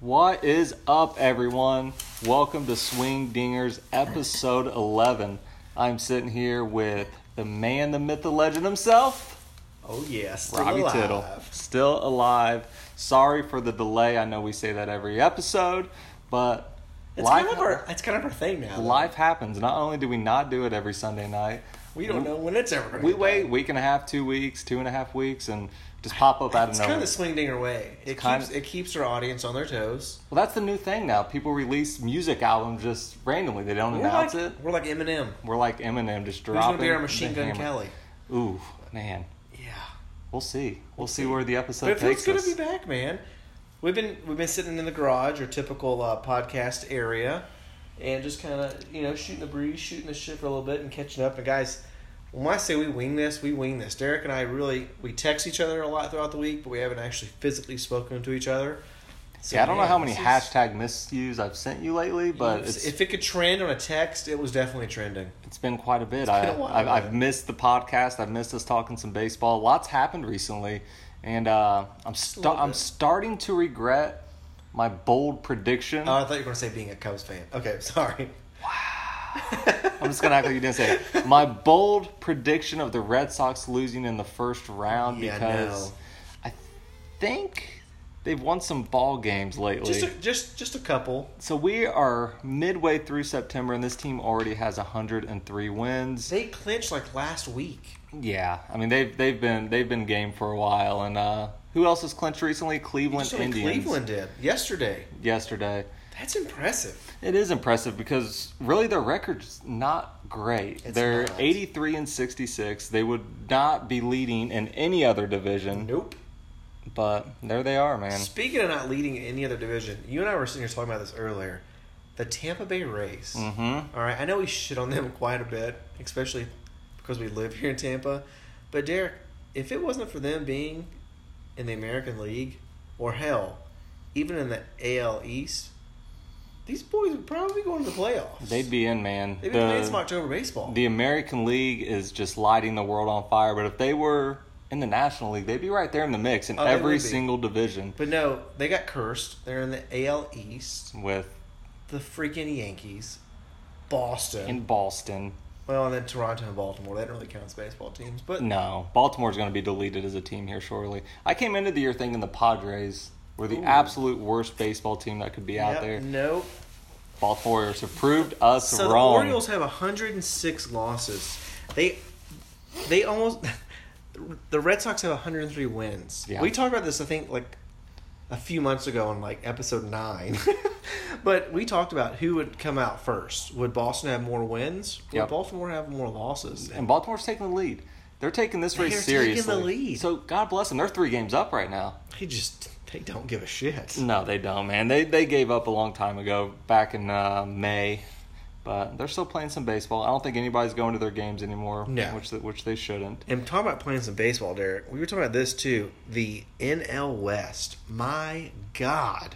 What is up, everyone? Welcome to Swing Dingers episode 11. I'm sitting here with the man, the myth, the legend himself, Oh yeah, still Robbie alive. Tittle. Still alive. Sorry for the delay. I know we say that every episode, but It's life, kind of our it's kind of our thing now. though. life happens. Not only do we not do it every Sunday night, We don't know when it's ever. gonna we be wait done. week and a half, two weeks, two and a half weeks, and just pop up out of It's nowhere. kind of swing dinger way. It kinda- keeps it keeps our audience on their toes. Well, that's the new thing now. People release music albums just randomly. They don't We're announce like, it. we're like Eminem. We're like Eminem, just Who's dropping. gonna be our Machine the Gun hammer. Kelly? Ooh, man, Yeah, we'll see. We'll see where the episode but it feels takes good us. to be back, man. We've been we've been sitting in the garage, our typical uh, podcast area, and just kind of you know shooting the breeze, shooting the shit for a little bit, and catching up. And guys, when I say we wing this, we wing this. Derek and I really we text each other a lot throughout the week, but we haven't actually physically spoken to each other. So, yeah, I don't know man, how many this is- hashtag misuse I've sent you lately, but it's if it could trend on a text, it was definitely trending. it's been quite a bit. been I, a while, I've, I've man. missed the podcast. I've missed us talking some baseball. Lots happened recently, and uh, I'm a sta- little I'm bit. starting to regret my bold prediction. Oh, I thought you were going to say being a Cubs fan. Okay, sorry. I'm just gonna act like you didn't say it. My bold prediction of the Red Sox losing in the first round Yeah, I because know. I think they've won some ball games lately. Just a, just just a couple. so we are midway through September, and this team already has 103 wins. They clinched like last week. yeah, I mean they've they've been they've been game for a while, and uh, who else has clinched recently? Cleveland Just like Indians Cleveland did yesterday. yesterday. That's impressive. It is impressive because really their record's not great. It's They're not. 83 and 66. They would not be leading in any other division, Nope. but there they are, man. Speaking of not leading in any other division, you and I were sitting here talking about this earlier. The Tampa Bay Rays. Mhm. All right, I know we shit on them quite a bit, especially because we live here in Tampa. But Derek, if it wasn't for them being in the American League, or hell, even in the AL East, these boys would probably be going to the playoffs. They'd be in, man. They'd be playing some the, October baseball. the American League is just lighting the world on fire, but if they were in the National League, they'd be right there in the mix in Oh, they every would be. single division but no, they got cursed. They're in the AL East. with The freaking Yankees, Boston. in Boston. Well, and then Toronto and Baltimore. They don't really count as baseball teams, but No, Baltimore's going to be deleted as a team here shortly. I came into the year thinking the Padres were the Ooh. absolute worst baseball team that could be out Yep, there. No. Baltimore Warriors have proved us So wrong. the Orioles have 106 losses. They they almost the Red Sox have 103 wins. Yeah. We talked about this I think like a few months ago on like episode 9. but we talked about who would come out first. Would Boston have more wins? Would Yep. Baltimore have more losses? and Baltimore's taking the lead. They're taking this They race are taking the seriously. lead. So God bless them. They're three games up right now. They just they don't give a shit. No, they don't, man. They they gave up a long time ago, back in uh, May. But they're still playing some baseball. I don't think anybody's going to their games anymore, No. which they- which they shouldn't. And talking about playing some baseball, Derek, we were talking about this too. The NL West. My God.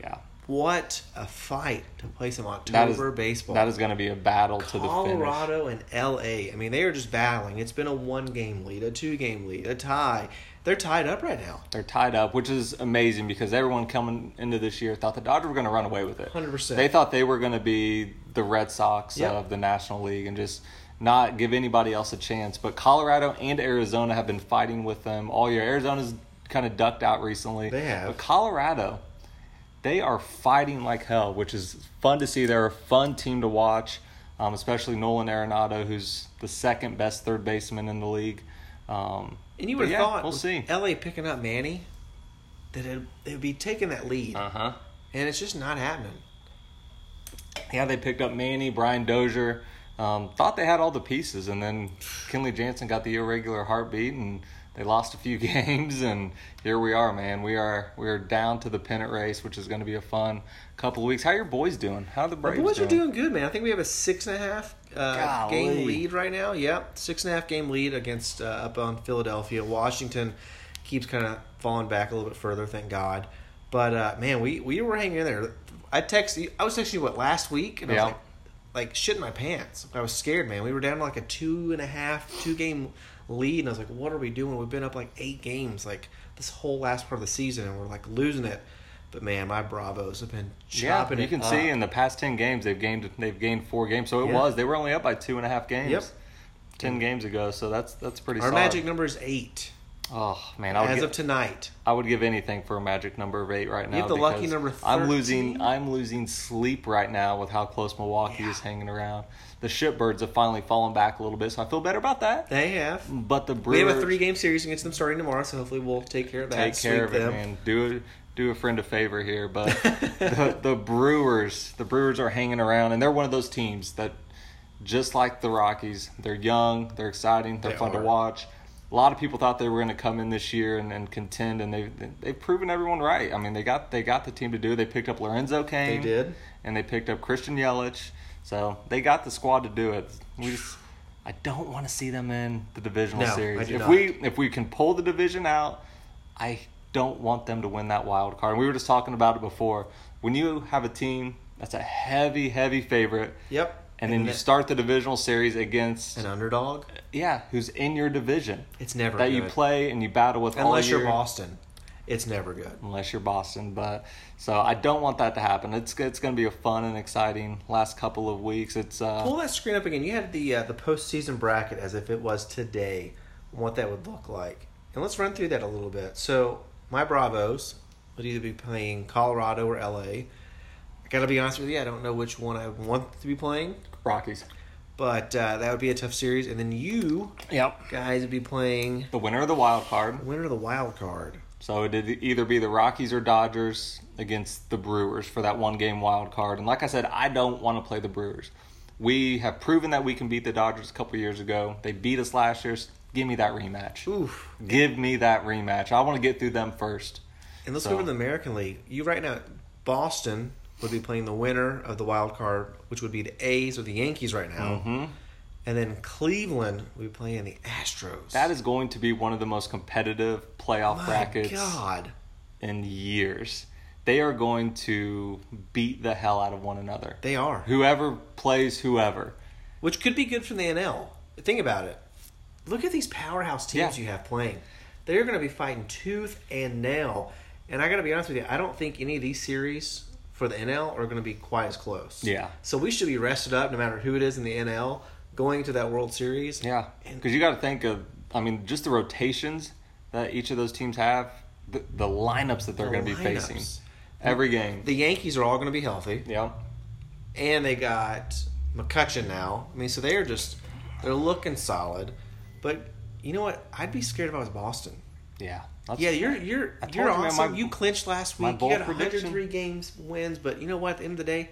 Yeah, What a fight to play some October that is baseball. that is going to be a battle to the finish. Colorado and LA. I mean, they are just battling. It's been a one game lead, a two game lead, a tie. They're tied up right now. They're tied up, which is amazing because everyone coming into this year thought the Dodgers were going to run away with it. 100%. They thought they were going to be the Red Sox Yep. of the National League and just not give anybody else a chance. But Colorado and Arizona have been fighting with them all year. Arizona's kind of ducked out recently. They have. But Colorado, they are fighting like hell, which is fun to see. They're a fun team to watch, um, especially Nolan Arenado, who's the second best third baseman in the league. Um, And you but would have yeah, thought we'll with see. LA picking up Manny that it would be taking that lead. Uh huh. and it's just not happening. Yeah, they picked up Manny, Brian Dozier. Um, thought they had all the pieces, and then Kenley Jansen got the irregular heartbeat, and they lost a few games, and here we are, man. We are we are down to the pennant race, which is going to be a fun couple of weeks. How are your boys doing? How are the The Braves boys doing? are doing good, man. I think we have a six and a half uh, Golly. game lead right now. Yep, six and a half game lead against uh, up on Philadelphia. Washington keeps kind of falling back a little bit further, thank God. But uh, man, we we were hanging in there. I text you. I was texting you what last week, and I Yeah. was like, like shit in my pants. I was scared, man. We were down to like a two and a half, two game lead, and I was like, what are we doing? We've been up like eight games, like this whole last part of the season, and we're like losing it. But man, my Bravos have been Yeah, chopping you it can up. see in the past ten games they've gained they've gained four games. So it Yeah. was they were only up by two and a half games. Yep. Ten games ago, so that's that's pretty. Our solid. magic number is eight Oh man, I would, as give, of tonight. I would give anything for a magic number of eight right now. have the lucky because number I'm losing. 13. I'm losing sleep right now with how close Milwaukee Yeah. is hanging around. The shipbirds have finally fallen back a little bit, so I feel better about that. They have. But the We Brewers have a three game series against them starting tomorrow, so hopefully we'll take care of that. take care of sweep it, them. man. Do a, do a friend a favor here, but the, the Brewers, the Brewers are hanging around, and they're one of those teams that, just like the Rockies, they're young, they're exciting, they're They fun to are. watch. A lot of people thought they were going to come in this year and, and contend, and they they've proven everyone right. I mean, they got they got the team to do. it. They picked up Lorenzo They Kane, did. and they picked up Christian Yelich, so they got the squad to do it. We just. I don't want to see them in the divisional No, I series. do if not. we if we can pull the division out, I don't want them to win that wild card. We were just talking about it before. When you have a team that's a heavy, heavy favorite, Yep. and then you the- start the divisional series against an underdog. yeah, who's in your division It's never that you good. play and you battle with all unless year, you're Boston. It's never good. unless you're Boston. But so I don't want that to happen. It's it's going to be a fun and exciting last couple of weeks. It's uh, Pull that screen up again. You had the uh, the postseason bracket as if it was today, and what that would look like. And let's run through that a little bit. So my Bravos would either be playing Colorado or LA. I gotta be honest with you, I don't know which one I want to be playing, Rockies. but uh, that would be a tough series. And then you Yep. guys would be playing The winner of the wild card winner of the wild card. So it'd either be the Rockies or Dodgers against the Brewers for that one game wild card. And like I said, I don't want to play the Brewers. We have proven that we can beat the Dodgers a couple years ago. They beat us last year. Give me that rematch. Oof. Give me that rematch. I want to get through them first. And let's So- go over to the American League. You right now, Boston would be playing the winner of the wild card, which would be the A's or the Yankees right now. Mm-hmm. And then Cleveland would be playing the Astros. That is going to be one of the most competitive playoff My brackets God. in years. They are going to beat the hell out of one another. They are. Whoever plays whoever. Which could be good for the NL. Think about it. Look at these powerhouse teams Yeah. you have playing. They're going to be fighting tooth and nail. And I got to be honest with you, I don't think any of these series for the NL are going to be quite as close. Yeah. So we should be rested up no matter who it is in the NL going to that World Series. Yeah, And- because you got to think of, I mean, just the rotations that each of those teams have, the, the lineups that they're The going to be facing lineups. every game. The Yankees are all going to be healthy, Yeah, and they got McCutcheon now. I mean, so they are just they're looking solid. But you know what? I'd be scared if I was Boston. yeah, that's, Yeah, you're you're I told you're you, man, awesome. my- you clinched last my week. You bold got prediction. 103 games wins, but you know what? At the end of the day,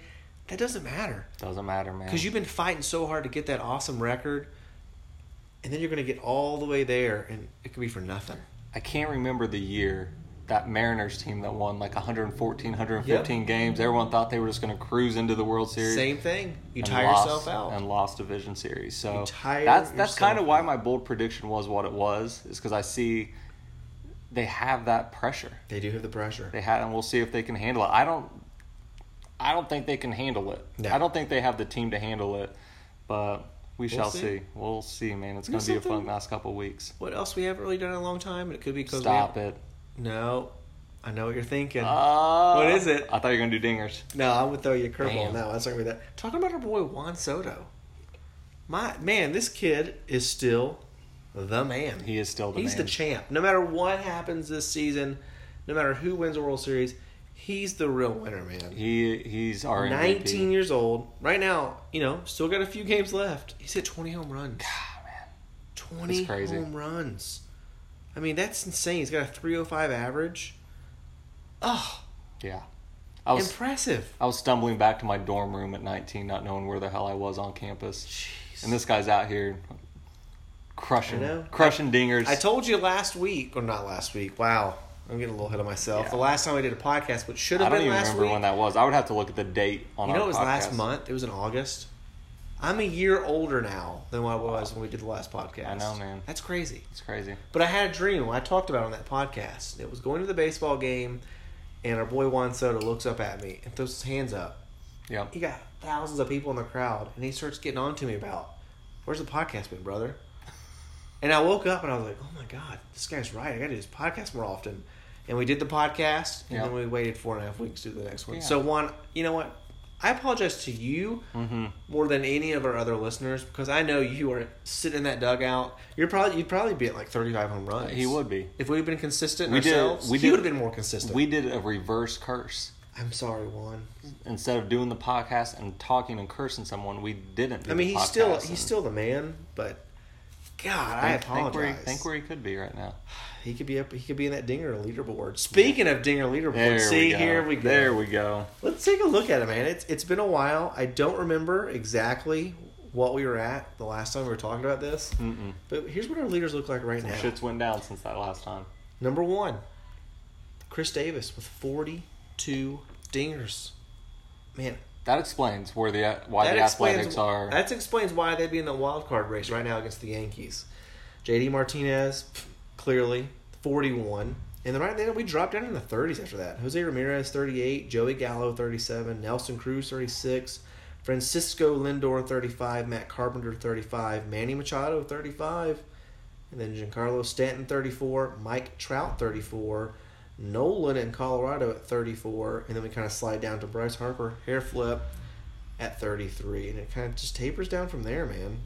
that doesn't matter doesn't matter, man. because you've been fighting so hard to get that awesome record, and then you're going to get all the way there, and it could be for nothing. I can't remember the year that Mariners team that won like 114, 115 games. Everyone thought they were just going to cruise into the World Series. Same thing. You and tire lost- yourself out. and lost division series. So You tire that's that's yourself kind of why out. my bold prediction was what it was, is because I see they have that pressure. they do have the pressure. they had, and we'll see if they can handle it. I don't, I don't think they can handle it. No. I don't think they have the team to handle it, but we shall see. see. We'll see, man. It's You know going to be a fun something? last couple of weeks. What else we haven't really done in a long time? And it could be because Stop it. No, I know what you're thinking. Uh, What is it? I thought you were going to do dingers. no, I would throw you a curveball. Damn. No, that's not gonna be that. Talking about our boy Juan Soto. My man, this kid is still the man. He is still Oh, the he's man. the champ. No matter what happens this season, no matter who wins the World Series, he's the real winner, man. he he's our MVP. 19 years old. Right now, you know, still got a few games left. He's hit 20 home runs. Ah, man. 20 That's crazy. home runs. I mean, that's insane. He's got a 305 average. Oh, Yeah, I was impressive. I was stumbling back to my dorm room at 19, not knowing where the hell I was on campus, Jeez. and this guy's out here I crushing know. crushing dingers. I told you last week, or not last week. Wow, I'm getting a little ahead of myself. Yeah. The last time I did a podcast, which should I have don't been even last remember week. when that was. I would have to look at the date on you our know, it was last podcast. month. It was in August. I'm a year older now than what I was when we did the last podcast. I know, man. That's crazy. It's crazy. But I had a dream. I talked about it on that podcast. It was going to the baseball game, and our boy Juan Soto looks up at me and throws his hands up. Yep. He got thousands of people in the crowd, and he starts getting on to me about, "Where's the podcast been, brother?" And I woke up and I was like, "Oh my god, this guy's right. I got to do this podcast more often." and we did the podcast, and Yeah. then we waited four and a half weeks to do the next one. Yeah. So one, you know what? I apologize to you Mm-hmm. more than any of our other listeners because I know you are sitting in that dugout. You're probably you'd probably be at like 35 home runs. He would be. if we'd been consistent We did- ourselves. we He did- would have been more consistent. We did a reverse curse. I'm sorry, Juan. Instead of doing the podcast and talking and cursing someone, we didn't. Do I mean, the he's still podcast he's and still the man, but God, I think- apologize. Think where, he, think where he could be right now. He could be up. He could be in that dinger leaderboard. Speaking of dinger leaderboard, There see we go. here we go. There we go. Let's take a look at it, man. It's it's been a while. I don't remember exactly what we were at the last time we were talking about this. Mm-mm. But here's what our leaders look like right now. Shit's went down since that last time. Number one, Chris Davis with 42 dingers. Man, That explains where the a- why that the explains- athletics are. That explains why they'd be in the wild card race right now against the Yankees. JD Martinez, pff, clearly, 41. And then right then we dropped down in the 30s after that. Jose Ramirez, 38. Joey Gallo, 37. Nelson Cruz, 36. Francisco Lindor, 35. Matt Carpenter, 35. Manny Machado, 35. And then Giancarlo Stanton, 34. Mike Trout, 34. Nolan in Colorado at 34. And then we kind of slide down to Bryce Harper, hair flip, at 33. And it kind of just tapers down from there, man.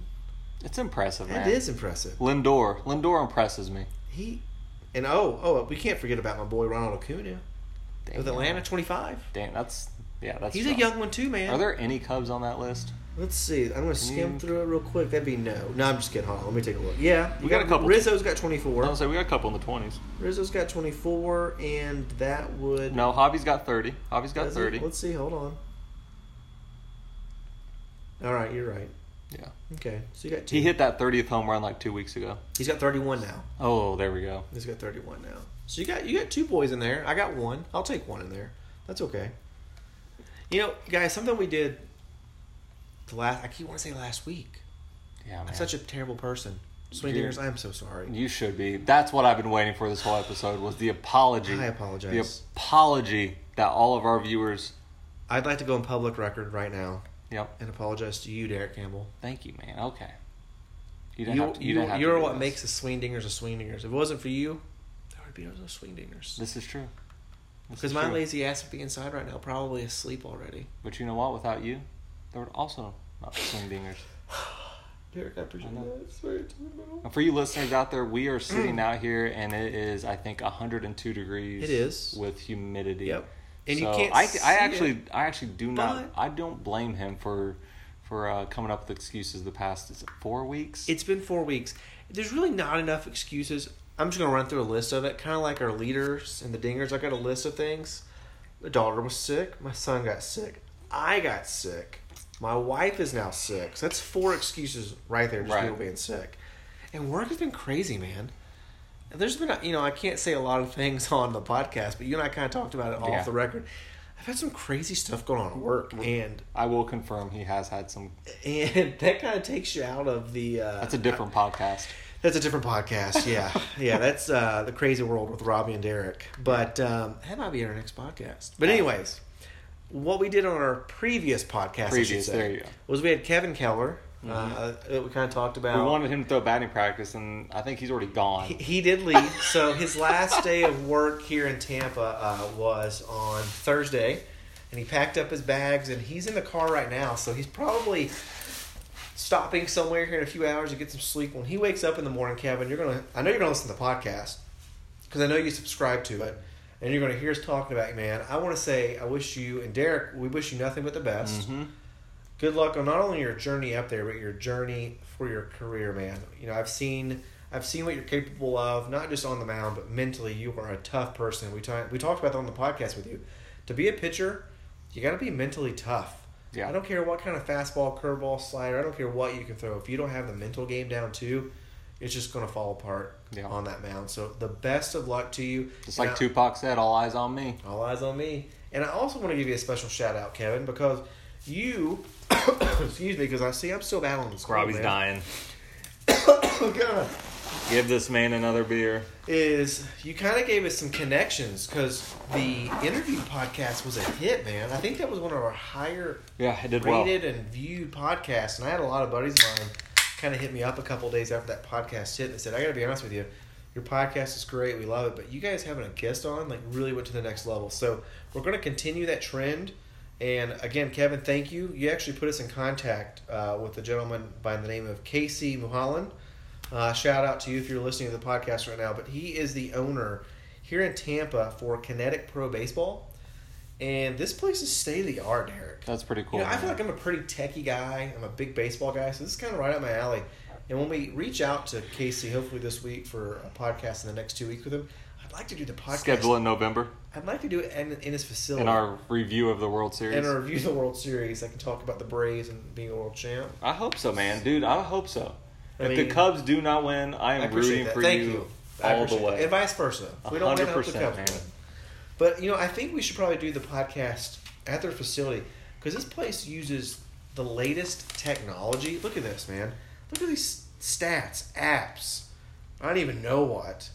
it's impressive, man. That is impressive. Lindor. Lindor impresses me. He, and oh, oh, we can't forget about my boy Ronald Acuna Damn. with Atlanta, 25. Damn, that's yeah, that's. He's a strong. young one, too, man. Are there any Cubs on that list? Let's see. I'm going to skim you- through it real quick. That'd be no. No, I'm just kidding. Hold on. Let me take a look. Yeah. We got a couple. Rizzo's got I 24. was gonna say we got a couple in the twenties. Rizzo's got 24, and that would. No, Hobby's got thirty. Hobby's got Does it? thirty. Let's see. Hold on. All right, you're right. Yeah, Okay, so you got two. he hit that thirtieth home run like two weeks ago. He's got 31 now. Oh, there we go. He's got 31 now. So you got you got two boys in there. I got one. I'll take one in there. That's okay. You know, guys, something we did the last I keep want to say last week. Yeah, man. I'm such a terrible person. Swing You're- dingers, I'm so sorry. you should be. That's what I've been waiting for this whole episode was the apology. I The apologize. apology that all of our viewers. I'd like to go on public record right now Yep. and apologize to you, Derek Campbell. Thank you, man. Okay. You You don't have to. You, you, don't have to you're do what this. makes the swing dingers a swing dingers. If it wasn't for you, there would be no swing dingers. This is true. This Because is my true. lazy ass would be inside right now, probably asleep already. But you know what? Without you, there would also not be swing dingers. Derek, I I appreciate know. that. It's very terminal. And for you listeners out there, we are sitting out here, and it is I think 102 degrees. Mm. It is. with humidity. Yep. And so you can't. I, see I actually, it. I actually do not. but- I don't blame him for, for uh, coming up with excuses the past is it four weeks. It's been four weeks. There's really not enough excuses. I'm just gonna run through a list of it, kind of like our leaders and the dingers. I got a list of things. My daughter was sick. My son got sick. I got sick. My wife is now sick. So that's four excuses right there. Just Right. people being sick. And work has been crazy, man. And There's been, a, you know, I can't say a lot of things on the podcast, but you and I kind of talked about it off Yeah. the record. I've had some crazy stuff going on at work, and I will confirm he has had some. and that kind of takes you out of the. Uh, That's a different podcast. that's a different podcast. Yeah, yeah. That's uh, the crazy world with Robbie and Derek. But um, that might be our next podcast. But anyways, what we did on our previous podcast, I should Previous, say, there you go. Mm-hmm. was we had Kevin Keller. Uh, that we kind of talked about. We wanted him to throw batting practice, and I think he's already gone. He- He did leave. So his last day of work here in Tampa uh, was on Thursday, and he packed up his bags and he's in the car right now. So he's probably stopping somewhere here in a few hours to get some sleep. When he wakes up in the morning, Kevin, you're gonna. I know you're gonna listen to the podcast because I know you subscribe to it, and you're gonna hear us talking about. Man, I want to say I wish you and Derek. We wish you nothing but the best hmm good luck on not only your journey up there, but your journey for your career, man. You know, I've seen I've seen what you're capable of, not just on the mound, but mentally. You are a tough person. We talked we talked about that on the podcast with you. To be a pitcher, you got to be mentally tough. Yeah. I don't care what kind of fastball, curveball, slider. I don't care what you can throw. If you don't have the mental game down too, it's just going to fall apart Yeah. on that mound. So the best of luck to you. Just And like I- Tupac said, all eyes on me. all eyes on me. And I also want to give you a special shout out, Kevin, because you, excuse me, because I see I'm still battling this. cold, Robbie's man. dying. Oh, God. Give this man another beer. Is you kind of gave us some connections because the interview podcast was a hit, man. I think that was one of our higher Yeah, I did well. rated and viewed podcasts, and I had a lot of buddies of mine kind of hit me up a couple days after that podcast hit and said, "I got to be honest with you, Your podcast is great. We love it. But you guys having a guest on like really went to the next level. So we're going to continue that trend. And again, Kevin, thank you. You actually put us in contact uh, with a gentleman by the name of Casey Mulholland. Uh, shout out to you if you're listening to the podcast right now. But he is the owner here in Tampa for Kinetic Pro Baseball. And this place is state of the art, Eric. That's pretty cool. You know, I feel man. like I'm a pretty techie guy. I'm a big baseball guy, so this is kind of right up my alley. And when we reach out to Casey, hopefully this week for a podcast in the next two weeks with him, I'd like to do the podcast. Schedule in November I'd like to do it in, in his facility. in our review of the World Series. in our review of the World Series, I can talk about the Braves and being a world champ. I hope so, man, dude. I hope so. I if mean- the Cubs do not win, I I am appreciate rooting that. for Thank you, you. I all the appreciate way. It. And vice versa. If we don't win, I hope the 100%, Cubs man. win. But you know, I think we should probably do the podcast at their facility because this place uses the latest technology. Look at this, man. Look at these stats, apps. I don't even know what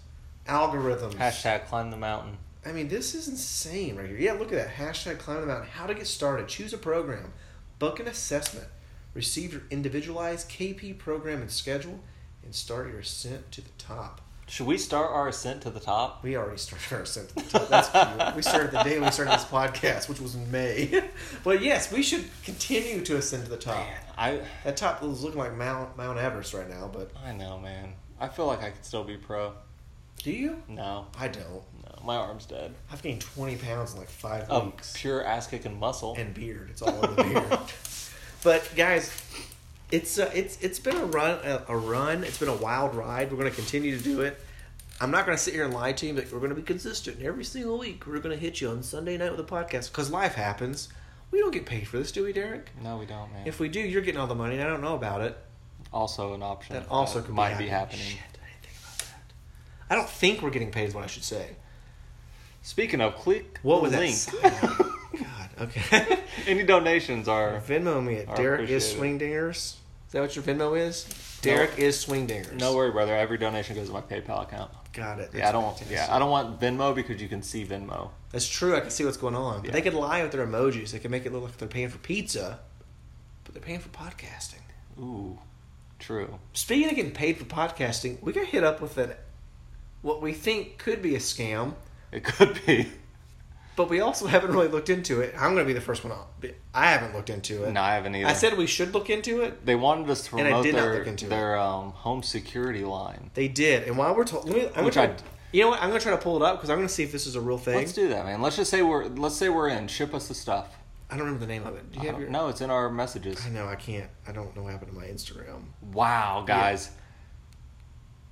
algorithms. Hashtag climb the mountain. I mean, this is insane right here. Yeah, look at that. Hashtag climb the mountain. How to get started. Choose a program. Book an assessment. Receive your individualized KP program and schedule, and start your ascent to the top. Should we start our ascent to the top? We already started our ascent to the top. That's cute. we started the day we started this podcast, which was in May. but yes, we should continue to ascend to the top. I That top is looking like Mount Mount Everest right now. But I know, man. I feel like I could still be pro. do you? No, I don't. no, my arm's dead. I've gained twenty pounds in like five Of weeks. pure ass kicking muscle. and beard. It's all over the beard. but guys, it's uh, it's it's been a run a, a run. It's been a wild ride. We're going to continue to do it. I'm not going to sit here and lie to you, but we're going to be consistent every single week. We're going to hit you on Sunday night with a podcast because life happens. We don't get paid for this, do we, Derek? no, we don't, man. If we do, you're getting all the money, and I don't know about it. also an option That also could might be happening. happening. Shit, I didn't think about that. I don't think we're getting paid, is what I should say. Speaking of, click What was the that? link. sound? God, okay. Any donations are Venmo me at I Derek is appreciate Swing Dingers. Is that what your Venmo is? Derek is Swing Dingers. no worry, brother. Every donation goes to my PayPal account. Got it. yeah, I don't. fantastic. Yeah, I don't want Venmo because you can see Venmo. That's true. I can see what's going on. But Yeah. They could lie with their emojis. They could make it look like they're paying for pizza, but they're paying for podcasting. Ooh, true. Speaking of getting paid for podcasting, we got hit up with an what we think could be a scam, It could be. but we also haven't really looked into it. I'm going to be the first one. I'll be, I haven't looked into it. No, I haven't either. I said we should look into it. they wanted us to And I promote did not their look into it. their um, home security line. They did. And while we're talking, Which try, I- you know what? I'm going to try to pull it up because I'm going to see if this is a real thing. Let's do that, man. Let's just say we're let's say we're in. Ship us the stuff. I don't remember the name of it. Do you I have don't- your? No, it's in our messages. I know I can't. I don't know what happened to my Instagram. Wow, guys.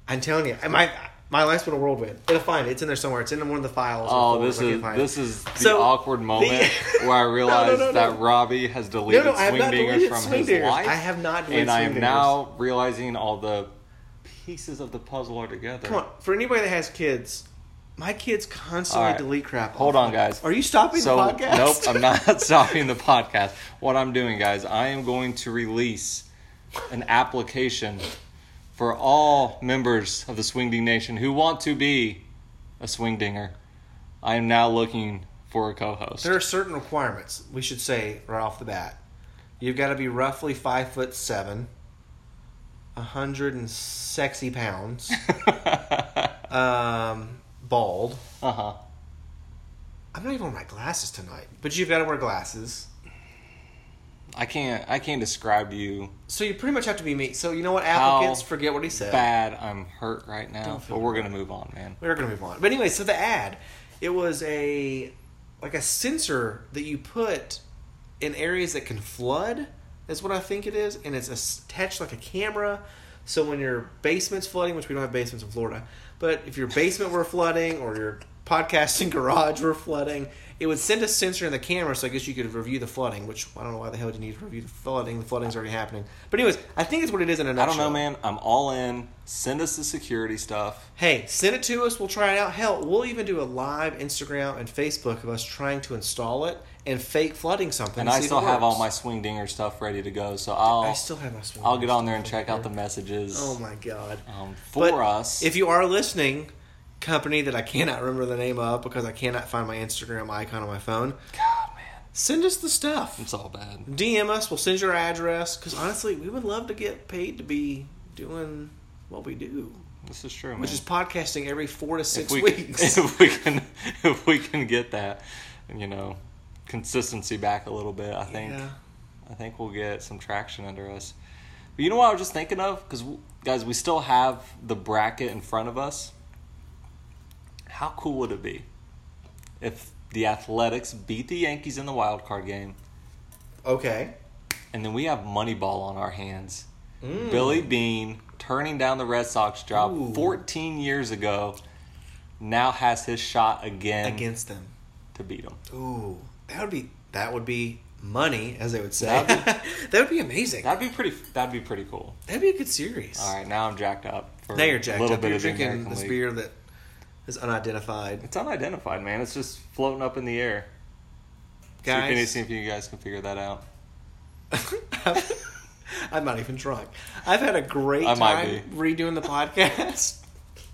I'm telling you, my my life's been a whirlwind. It'll find it. It's in there somewhere. It's in one of the files. or Oh, folders. this I can't is find this it. is the So, awkward the- moment where I No, no, realize no, that no. Robbie has deleted No, no, I have swing not dingers deleted from Swing his Dingers. life. I have not deleted and I Swing am Dingers. now realizing all the pieces of the puzzle are together. Come on, for anybody that has kids, my kids constantly All right. delete crap. Hold off. on, guys. Are you stopping So the podcast? nope, I'm not stopping the podcast. What I'm doing, guys, I am going to release an application for all members of the Swing Ding Nation who want to be a swing dinger. I am now looking for a co-host. there are certain requirements we should say right off the bat. You've got to be roughly five foot seven, a hundred and sexy pounds, um, bald. Uh huh. I'm not even wearing my glasses tonight, but you've got to wear glasses. I can't. I can't describe to you So you pretty much have to be me. So you know what? How Applicants forget what he said. bad I'm hurt right now. Don't feel But we're gonna move on, man. We are going to move on. But anyway, so the ad, it was a like a sensor that you put in areas that can flood. Is what I think it is, and it's attached like a camera. So when your basement's flooding, which we don't have basements in Florida, but if your basement were flooding or your podcasting garage were flooding, it would send a sensor in the camera. So I guess you could review the flooding, which I don't know why the hell you need to review the flooding. The flooding's already happening. But anyways, I think it's what it is in a I nutshell. don't know, man. I'm all in. Send us the security stuff. Hey, send it to us. We'll try it out. Hell, we'll even do a live Instagram and Facebook of us trying to install it and fake flooding something. And to I see if still it have all my works. swing dinger stuff ready to go. So I'll I still have my. swing I'll get on there and arms. check out the messages Oh my god! um, for But us. If you are listening, company that I cannot remember the name of because I cannot find my Instagram icon on my phone, God, man, send us the stuff. it's all bad. DM us. We'll send your address. Because honestly, we would love to get paid to be doing what we do. This is true, man. which is podcasting every four to six if we, weeks. If we can, if we can get that, you know, consistency back a little bit, I think, Yeah. I think we'll get some traction under us. But you know what I was just thinking of? Because guys, we still have the bracket in front of us. How cool would it be if the Athletics beat the Yankees in the wild card game, Okay. and then we have Moneyball on our hands? Billy Bean turning down the Red Sox job Mm. Ooh. 14 years ago now has his shot again against them. to beat him. Ooh, that would be that would be money, as they would say. that would be amazing. That'd, That'd be pretty. That'd be pretty cool. be a good series. All right, now I'm jacked up. For Now you're jacked a little up. bit You're of the drinking American this League. beer that is unidentified. It's unidentified, man. It's just floating up in the air. See if, any, Guys, see if you guys can figure that out. I'm not even drunk. I've had a great I might time redoing the podcast.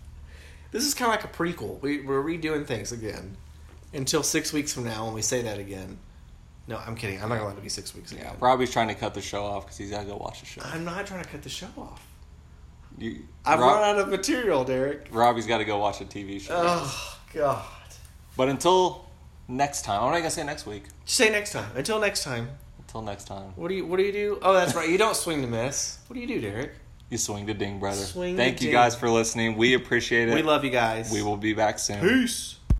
this is kind of like a prequel. We, we're redoing things again until six weeks from now when we say that again. No, I'm kidding. I'm not going to be six weeks Yeah, again. Robbie's trying to cut the show off because he's got to go watch the show. I'm not trying to cut the show off. You, I've Rob- run out of material, Derek. Robbie's got to go watch a TV show. Oh God. but until next time, I'm not gonna say next week. Say next time. Until next time. Until next time, What do you What do you do? Oh, that's right. You don't swing to miss. What do you do, Derek? you swing the ding, brother. Swing the Thank you ding. guys for listening. We appreciate it. We love you guys. We will be back soon. Peace.